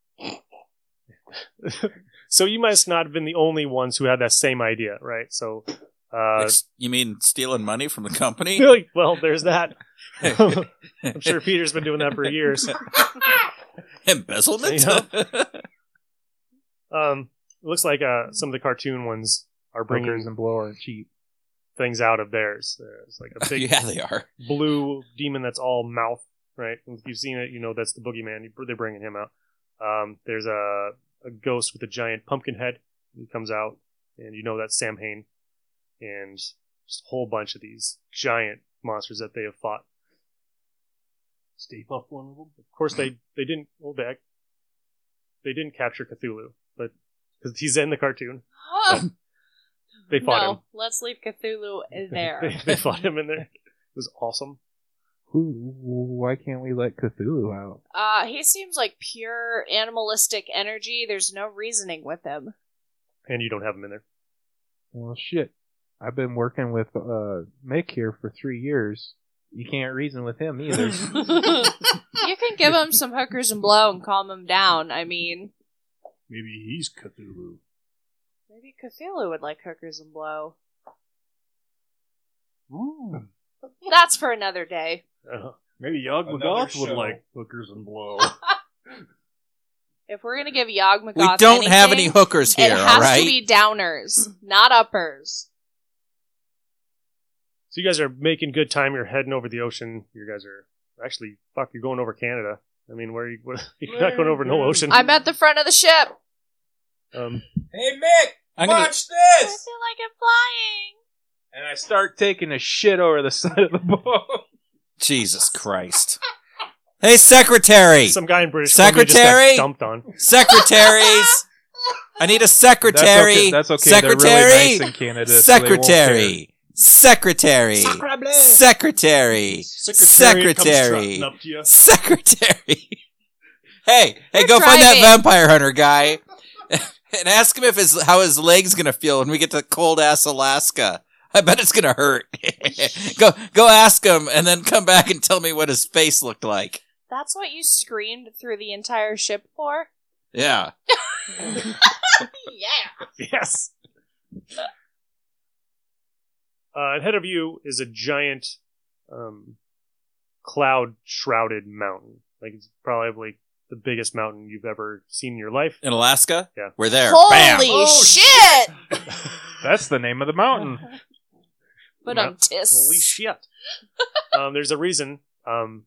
so you must not have been the only ones who had that same idea, right? So, uh,
Ex- you mean stealing money from the company?
really, well, there's that. I'm sure Peter's been doing that for years.
Embezzlement?
Um, it looks like uh, some of the cartoon ones are bringing
Brokers and blower and cheap.
things out of theirs. There's like a big
yeah, they are.
blue demon that's all mouth, right? And if you've seen it, you know that's the boogeyman. You- They're bringing him out. Um, there's a, a ghost with a giant pumpkin head. He comes out, and you know that's Sam Hain. And just a whole bunch of these giant monsters that they have fought.
Stay buff one of them.
Of course, they, they didn't well, they, ac- they didn't capture Cthulhu, but because he's in the cartoon, they fought
no,
him.
let's leave Cthulhu there.
They, they fought him in there. It was awesome.
Who? Why can't we let Cthulhu out?
Uh, he seems like pure animalistic energy. There's no reasoning with him.
And you don't have him in there.
Well, shit. I've been working with uh, Mick here for three years. You can't reason with him either.
You can give him some hookers and blow and calm him down. I mean,
Maybe he's Cthulhu.
maybe Cthulhu would like hookers and blow. That's for another day.
Uh,
Maybe Yog
Another
Magoth would
show.
like hookers and blow.
If we're gonna give Yog Magoth,
We don't have any
anything,
hookers here,
It has
all right?
to be downers, not uppers.
So you guys are making good time. You're heading over the ocean. You guys are actually fuck. You're going over Canada. I mean, where are you? What, you're not going over no ocean.
I'm at the front of the ship.
Um,
hey, Mick,
I'm gonna,
I feel
this!
like I'm flying.
and I start taking a shit over the side of the boat.
Jesus Christ. Hey, secretary!
some guy in British Columbia just got
Secretary?
dumped on.
Secretaries! I need a secretary!
That's okay. That's okay. They're
Secretary!
really nice in Canada. so they won't care.
secretary! Secretary! Secretary!
Secretariat
Secretary.
comes trotting up to you.
Secretary. hey, hey,
We're
go find that
driving.
vampire hunter guy. and ask him if his how his leg's gonna feel when we get to cold ass Alaska. I bet it's gonna hurt. go go ask him, and then come back and tell me what his face looked like.
That's what you screamed through the entire ship for?
Yeah.
Yeah.
Yes. Uh, ahead of you is a giant, um, cloud shrouded mountain. Like it's probably like, the biggest mountain you've ever seen in your life.
In Alaska?
Yeah.
We're there. Bam.
Holy
Oh,
shit!
That's the name of the mountain.
But I'm tis.
Holy shit! um, there's a reason. Um,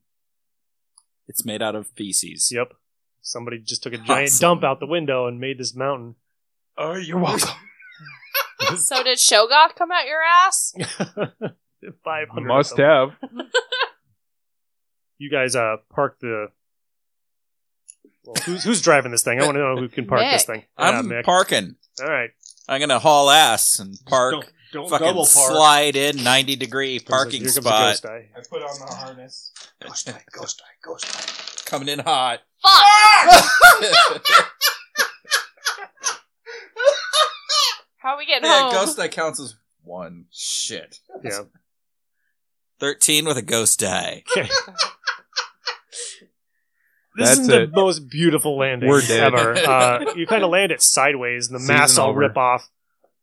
It's made out of feces.
yep. Somebody just took a giant
Awesome.
dump out the window and made this mountain.
Oh, you're welcome.
So did Shogoth come out your ass?
Five hundred.
Must have.
You guys uh, park the. Well, who's who's driving this thing? I want to know who can park this
Mick.
thing.
I'm
yeah, Mick.
parking.
All right.
I'm gonna haul ass and park.
Don't, don't
fucking
double park.
slide in 90 degree parking
Here comes a
spot
ghost eye.
I put on my harness. Ghost die, ghost die, ghost die.
coming in hot
Fuck! How are we getting
yeah
home?
ghost die counts as one shit
Yeah.
13 with a ghost die
This
That's
is the
it.
most beautiful landing
We're dead.
ever. Uh, you kind of land it sideways, and the
Season
masts all
over.
rip off.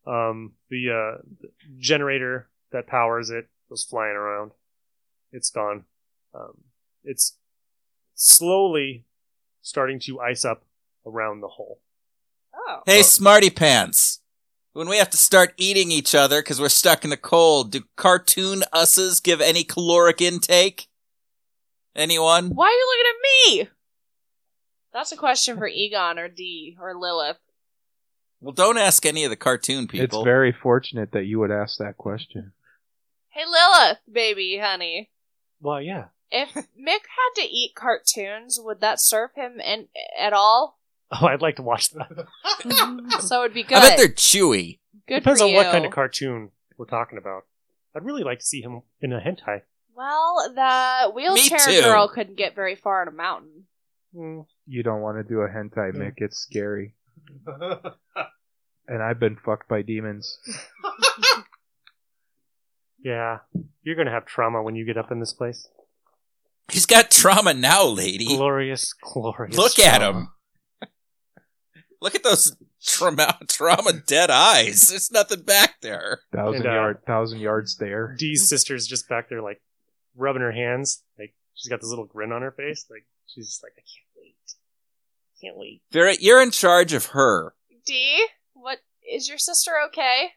Um, the, uh, the generator that powers it goes flying around. It's gone. Um, it's slowly starting to ice up around the hole.
Oh.
hey
Oh.
smarty pants when we have to start eating each other because we're stuck in the cold do cartoon usses give any caloric intake anyone
Why are you looking at me? That's a question for Egon or D or Lilith.
well don't ask any of the cartoon people
It's very fortunate that you would ask that question.
Hey Lilith, baby, honey.
Well, yeah.
If Mick had to eat cartoons, would that serve him in, at all?
Oh, I'd like to watch that.
So it'd be good.
i bet they're chewy
good
Depends
for
on what
you.
kind of cartoon we're talking about. I'd really like to see him in a hentai.
Well, the
too.
wheelchair girl couldn't get very far on a mountain.
Hmm.
You don't want to do a hentai,
Yeah.
Mick. It's scary. And I've been fucked by demons.
Yeah. You're going to have trauma when you get up in this place.
he's got trauma now lady
Glorious, glorious.
look at him look at those trauma trauma dead eyes there's nothing back there
Thousand
And, uh,
yard, thousand yard stare.
Dee's sister's just back there, like rubbing her hands. Like she's got this little grin on her face. Like she's just like, I can't wait, can't wait.
Vera, you're in charge of her.
D, what is your sister okay?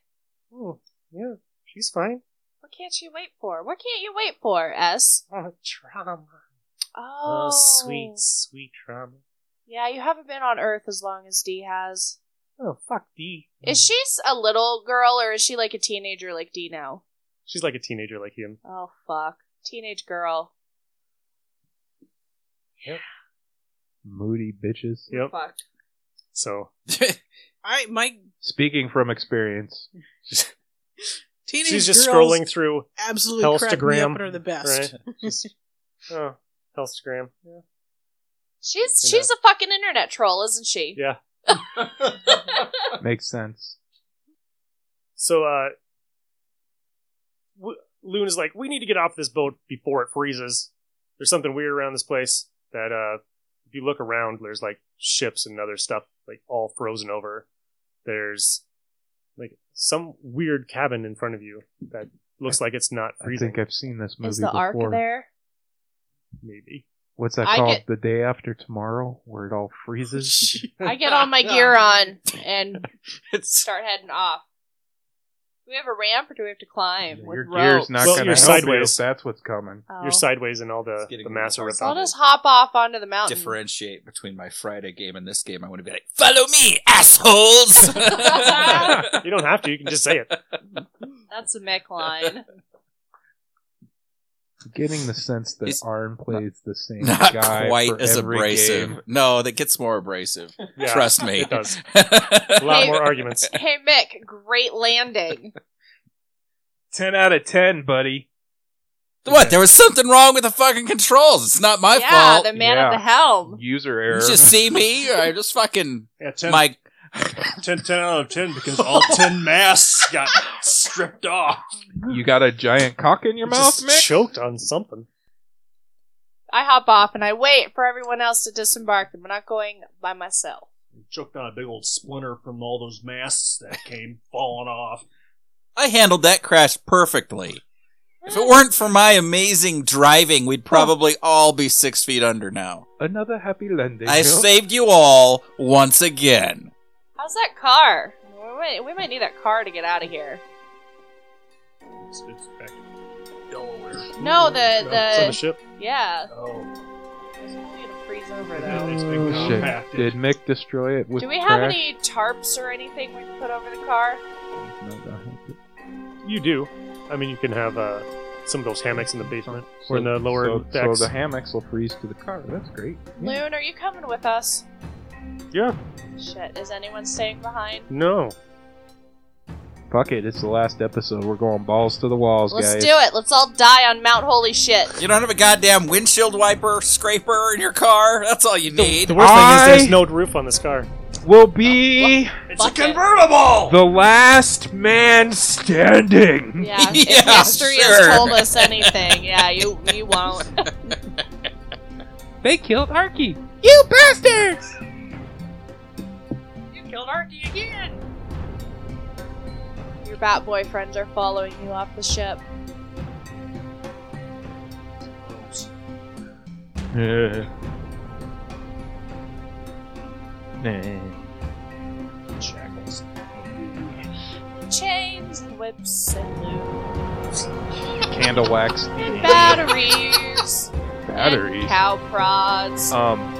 Oh, yeah, she's fine.
What can't you wait for? What can't you wait for? S.
Oh, trauma.
Oh,
Oh, sweet, sweet trauma.
Yeah, you haven't been on Earth as long as D has.
Oh, fuck Dee.
Is she s- a little girl or is she like a teenager like D now?
She's like a teenager, like him.
Oh fuck, teenage girl.
Moody bitches.
Yep.
Fuck.
So
I my
Speaking from experience.
teenage
she's just
girls
scrolling through.
absolutely crack me up
Hellstagram,
and are the best.
Right? Just, oh, Hellstagram. Yeah.
She's
You know.
she's a fucking internet troll, isn't she?
Yeah.
Makes sense.
So, uh, w- Loon is like, we need to get off this boat before it freezes. There's something weird around this place that, uh, if you look around, there's like ships and other stuff, like all frozen over. There's like some weird cabin in front of you that looks like it's not
I
freezing.
think I've seen this movie
Is the arc
before.
there?
Maybe.
What's that
I
called?
get-
The day after tomorrow, where it all freezes.
I get all my gear on and
it's
start heading off. Do we have a ramp or do we have to climb?
Your
with
gear's
ropes?
not
Well,
going to
you're
help you if
sideways.
that's what's coming.
Oh.
You're sideways and all the,
It's getting
the mass are
really
ripped
So I'll
off.
just hop off onto the mountain.
differentiate between my Friday game and this game. I want to be like, follow me, assholes.
You don't have to, you can just say it.
That's a Mick line.
Getting the sense that
It's
Arn plays the same
Not
guy
quite
for
as
every
abrasive.
game.
No, that gets more abrasive.
Yeah,
Trust me.
It does. A lot
Hey.
more arguments.
hey Mick, great landing.
Ten out of ten, buddy.
What? There was something wrong with the fucking controls. It's not my
yeah,
fault.
the man
Yeah.
at the helm.
User
You
error.
just see me, or I just fucking
yeah, ten,
my
10, 10 out of 10 because all 10 masks got stripped off.
You got a giant cock in your mouth,
Just
Mick?
choked on something.
I hop off and I wait for everyone else to disembark. I'm not going by myself.
Choked on a big old splinter from all those masks that came falling off.
I handled that crash perfectly. If it weren't for my amazing driving, we'd probably all be six feet under now.
Another happy landing.
I
Bill.
saved you all once again.
How's that car? We might, we might need that car to get out of here.
It's, it's back in Delaware.
No, the
It's on
the
the ship.
yeah.
Oh,
It's probably gonna freeze over
Yeah,
though.
it's been
Oh, shit.
compacted.
Did Mick destroy it with
Do we
the
have
crash?
any tarps or anything we can put over the car?
You do. I mean, you can have uh, some of those hammocks in the basement
So-
or in the lower
so,
decks.
So the hammocks will freeze to the car. That's great. Yeah.
Loon, are you coming with us?
yeah.
Shit, is anyone staying behind?
No.
Fuck it. It's the last episode. We're going balls to the walls,
Let's
guys.
do it. Let's all die on Mount Holy Shit.
You don't have a goddamn windshield wiper scraper in your car? That's all you need.
The worst thing is
I-
there's no roof on this car.
We'll be
It's a
Fuck it.
convertible!
the last man standing.
Yeah, if
Yeah,
history
sure.
has told us anything, yeah, you you won't.
They killed Arky.
you bastards!
You killed Arky again. Your bat boyfriends are following you off the ship.
Shackles.
Chains and whips and loot
Candle wax.
and batteries and
Batteries.
cow prods.
Um,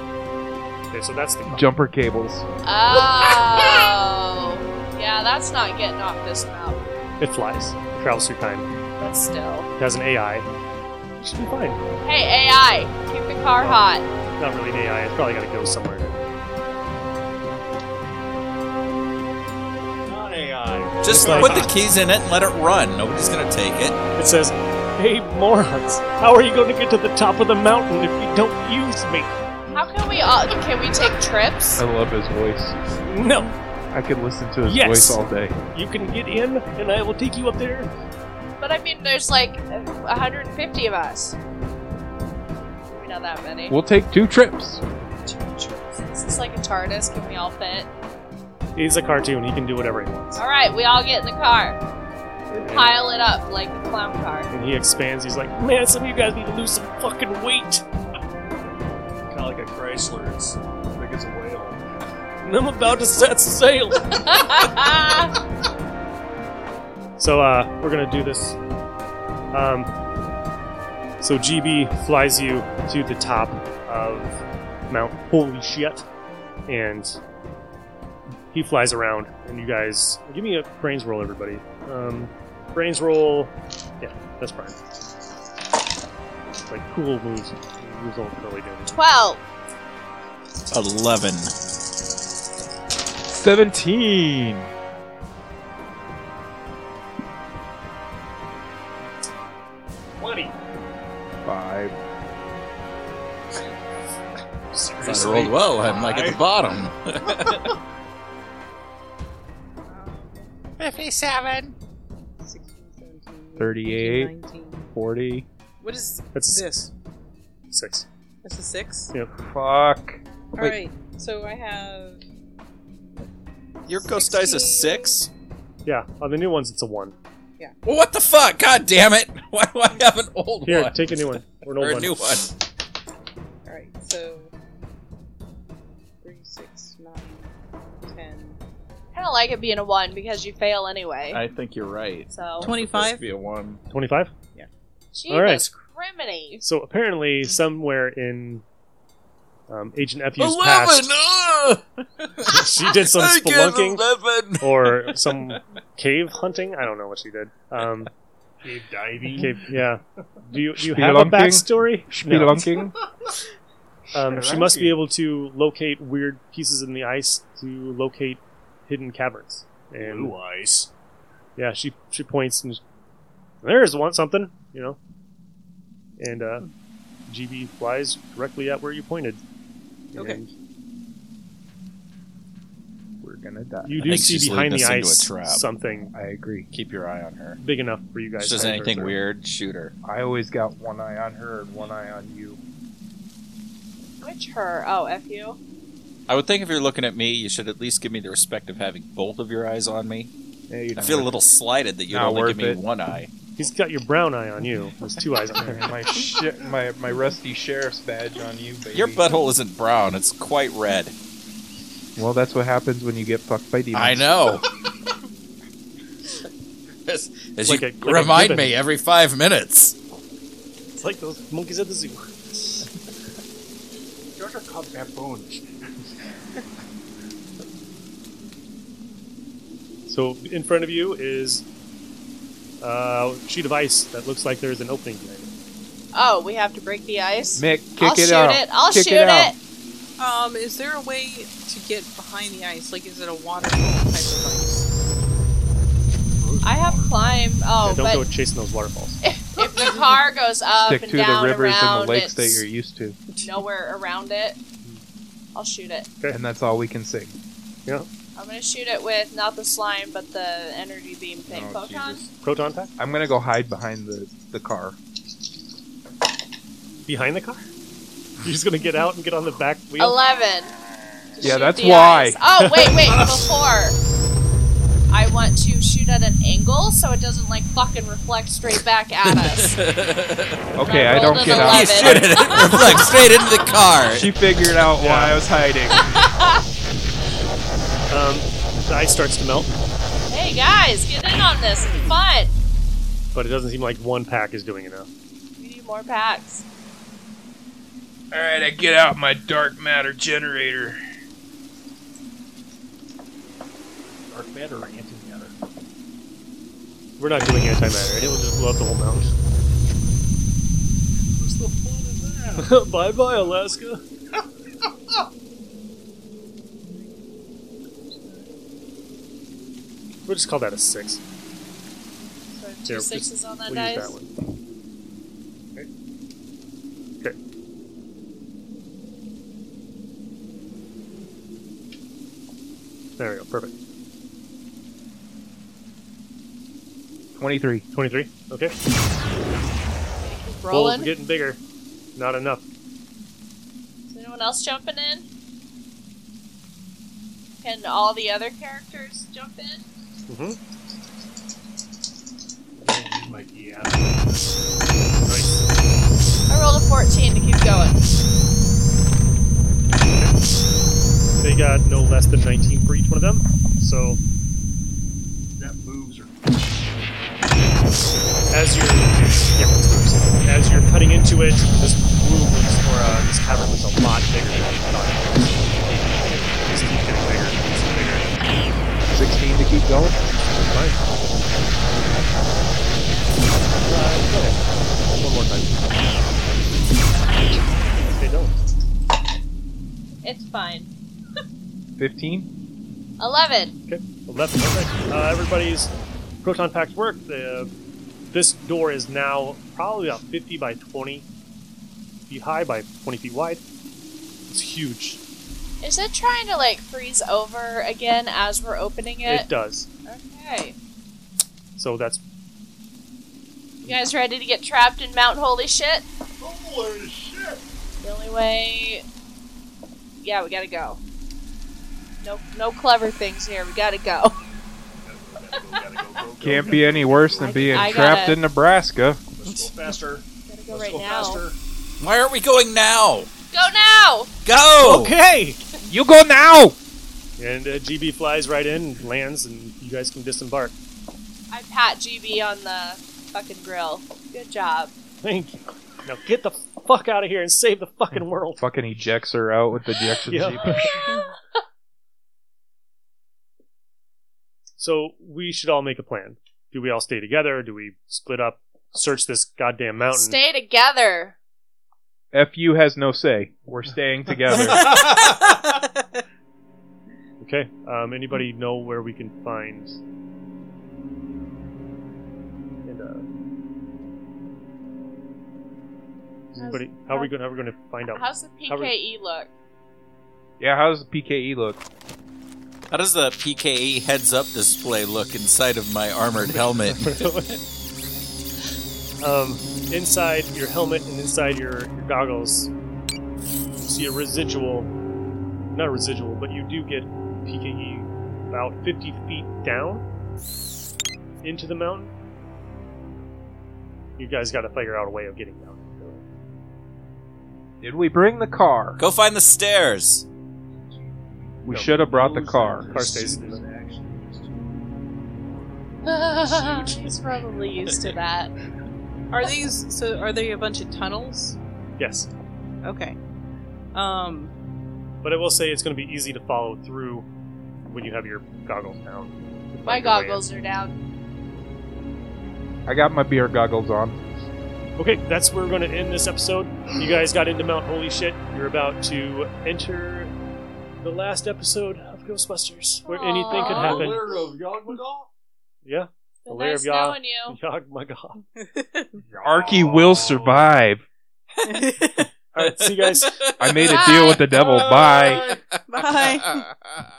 Okay, so that's the car.
jumper cables.
Oh, yeah, that's not getting off this mount,
It flies. It travels through time.
but still.
It has an AI. It should be fine.
Hey AI, keep the car hot.
Not really an AI. It's probably got to go somewhere.
Not AI.
Just
Like-
put the keys in it and let it run. Nobody's gonna take it.
It says, "Hey morons, how are you going to get to the top of the mountain if you don't use me?"
How can we all? Can we take trips?
I love his voice.
No.
I could listen to his
Yes.
voice all day.
You can get in, and I will take you up there.
But I mean, there's like 150 of us. We know that many.
We'll take two trips.
Is this like a TARDIS? Can we all fit?
He's a cartoon. He can do whatever he wants.
All right, we all get in the car. We pile it up like a clown car.
And he expands. He's like, "Man, some of you guys need to lose some fucking weight.
Kind of like a Chrysler. It's as big as a whale.
And I'm about to set sail." So uh, we're gonna do this. Um, so GB flies you to the top of Mount Holy Shit, and he flies around, and you guys give me a brains roll, everybody. Um, brains roll. Yeah, that's fine. Like cool moves. Moves all curly dude.
12.
Eleven.
Seventeen.
Twenty.
Five.
I rolled well. I'm like at the bottom. Fifty-seven.
16, 17,
38.
18, 19.
Forty.
What is
That's
this?
six.
This is six?
Fuck. Wait.
Alright, so I have.
Your ghost dies a
16.
six.
Yeah, on the new ones it's a one.
Well, what the fuck? God damn it! Why do I have an old
Here,
one?
take a new one or an old
or a
one.
new one.
Alright, so. three, six, nine, ten.
Kind of like it being a 1 because you fail anyway.
think you're right.
so,
25?
Be a one.
Twenty-five.
Jesus
All right.
criminy.
So apparently, somewhere in um, Agent Effie's
Eleven.
past,
Ugh!
she did some
I get
spelunking
Eleven.
or some cave hunting. I don't know what she did. Um,
Cave diving.
cave, yeah. Do you do you have a
Spelunking?
backstory? No.
Spelunking.
Um, she must be able to locate weird pieces in the ice to locate hidden caverns. And
Blue eyes.
yeah, she she points and there's one something, you know. And uh, GB flies directly at where you pointed.
Okay.
And we're
gonna die.
You
I
do
think
see
she's
behind
leading
the
us into a
ice
trap.
something
I agree.
Keep your eye on her.
big enough for you
If
guys.
she does
to enter
anything
through.
weird, shoot her.
I always got one eye on her and one eye on you.
Which her? Oh, F you.
I would think if you're looking at me, you should at least give me the respect of having both of your eyes on me.
Yeah, you
I feel a little slighted that you
Not
don't only give
worth
me
it.
one eye.
He's got your brown eye on you. There's two eyes on her.
my shi my my rusty sheriff's badge on you, baby.
Your butthole isn't brown; it's quite red.
Well, that's what happens when you get fucked by demons.
I know. as as
Like
you
a- like a
remind
gibbon.
me every five minutes.
It's like those monkeys at the zoo.
Georgia called baboons.
So in front of you is uh, a sheet of ice that looks like there's an opening behind it.
Oh, we have to break the ice.
Mick, kick
I'll
it
shoot
out.
it. I'll
Kick
shoot
it out.
it.
Um, is there a way to get behind the ice? Like, is it a water type of ice?
I have climb.
yeah,
Oh,
don't go
but
chasing those waterfalls.
if the car goes up
Stick
and
to
down
the rivers
around,
and the lakes that
it's
you're used to,
nowhere around it. I'll shoot it.
and that's all we can sing.
I'm gonna shoot it with not the slime, but the energy beam thing.
Oh,
Photon.
Jesus.
Proton pack
I'm gonna go hide behind the the car.
behind the car. You're just gonna get out and get on the back wheel.
Eleven. to
Yeah,
shoot
that's
the
why.
eyes. Oh wait, wait. before I want to shoot at an angle so it doesn't like fucking reflect straight back at us.
Okay,
I
I
rolled
don't
an
get
You
out.
11.
should have reflect straight into the car.
She figured out why
Yeah.
I was hiding.
Um, the ice starts to melt,
hey guys, get in on this. It's fun.
but it doesn't seem like one pack is doing enough.
We need more packs.
All right, I get out my dark matter generator.
Dark matter or antimatter?
We're not doing antimatter. It will just blow up the whole mountain.
What's the point of that?
bye bye, Alaska. we'll just call that a six.
So
Yeah,
two
just-
sixes on that
we'll
dice.
use that one. Okay. There we go. Perfect.
Twenty-three.
23. Okay. Rolls
Rolling.
are getting bigger. Not enough.
Is anyone else jumping in? Can all the other characters jump in?
Mm-hmm.
Like, yeah.
Nice.
I rolled a 14 to keep going.
They got no less than 19 for each one of them. So
That moves are
as you're yeah, it's moves. as you're cutting into it, this room looks or uh, this cavern looks a lot bigger than you thought it was. It Just keep getting bigger, keeps getting bigger.
Sixteen to keep going.
Fine. Uh, no. One more time. They don't.
It's fine.
Fifteen.
11.
Okay, well, that's perfect. Uh, everybody's proton packs work. The, this door is now probably about 50 by 20 feet high by 20 feet wide. It's huge.
Is it trying to like freeze over again as we're opening
It
it?
does.
okay.
So that's
You guys ready to get trapped in Mount Holy Shit?
holy shit.
The only way. Yeah, we gotta go. No, no clever things here. We gotta go.
Gotta go, gotta go, go, go,
Can't
gotta
be
go,
any
go,
worse
go,
than
I-
being
I
trapped
gotta-
in Nebraska.
Let's go faster.
Gotta go
Let's
right
go
now.
faster.
Why aren't we going now?
Go now.
Go!
Okay, you go now.
and uh, GB flies right in, lands, and you guys can disembark.
I pat GB on the fucking grill. Good job.
Thank you. Now get the fuck out of here and save the fucking world.
Fucking ejects her out with the ejection
Yeah.
seat.
So we should all make a plan. Do we all stay together? Do we split up? Search this goddamn mountain.
Stay together.
Fu has no say. We're staying together.
Okay. Um, anybody know where we can find? And, uh, does anybody, how are we going? How are we going to find out?
How's the E
How are we-
PKE look?
E yeah, how's the PKE look?
How does the
E
PKE heads up display look inside of my armored helmet?
um, inside your helmet and inside your, your goggles, you see a residual, not residual, but you do get PKE about 50 feet down into the mountain. You guys got to figure out a way of getting down.
Did we bring the car?
Go find the stairs.
We should have brought the car.
Car stays in
He's probably used to that.
Are these so? Are they a bunch of tunnels?
Yes,
Okay. Um.
but I will say it's going to be easy to follow through when you have your goggles down.
My
Find your way in.
goggles are down.
I got my beer goggles on.
Okay, that's where we're going to end this episode. You guys got into Mount Holy Shit. You're about to enter the last episode of Ghostbusters, where anything could
Aw.
happen.
of Yogg-Magog?
Yeah,
Well,
layer
nice
of yaw.
knowing you.
Yog my god.
Arky will survive.
All right, see you guys.
I made a deal with the devil. Bye.
Bye.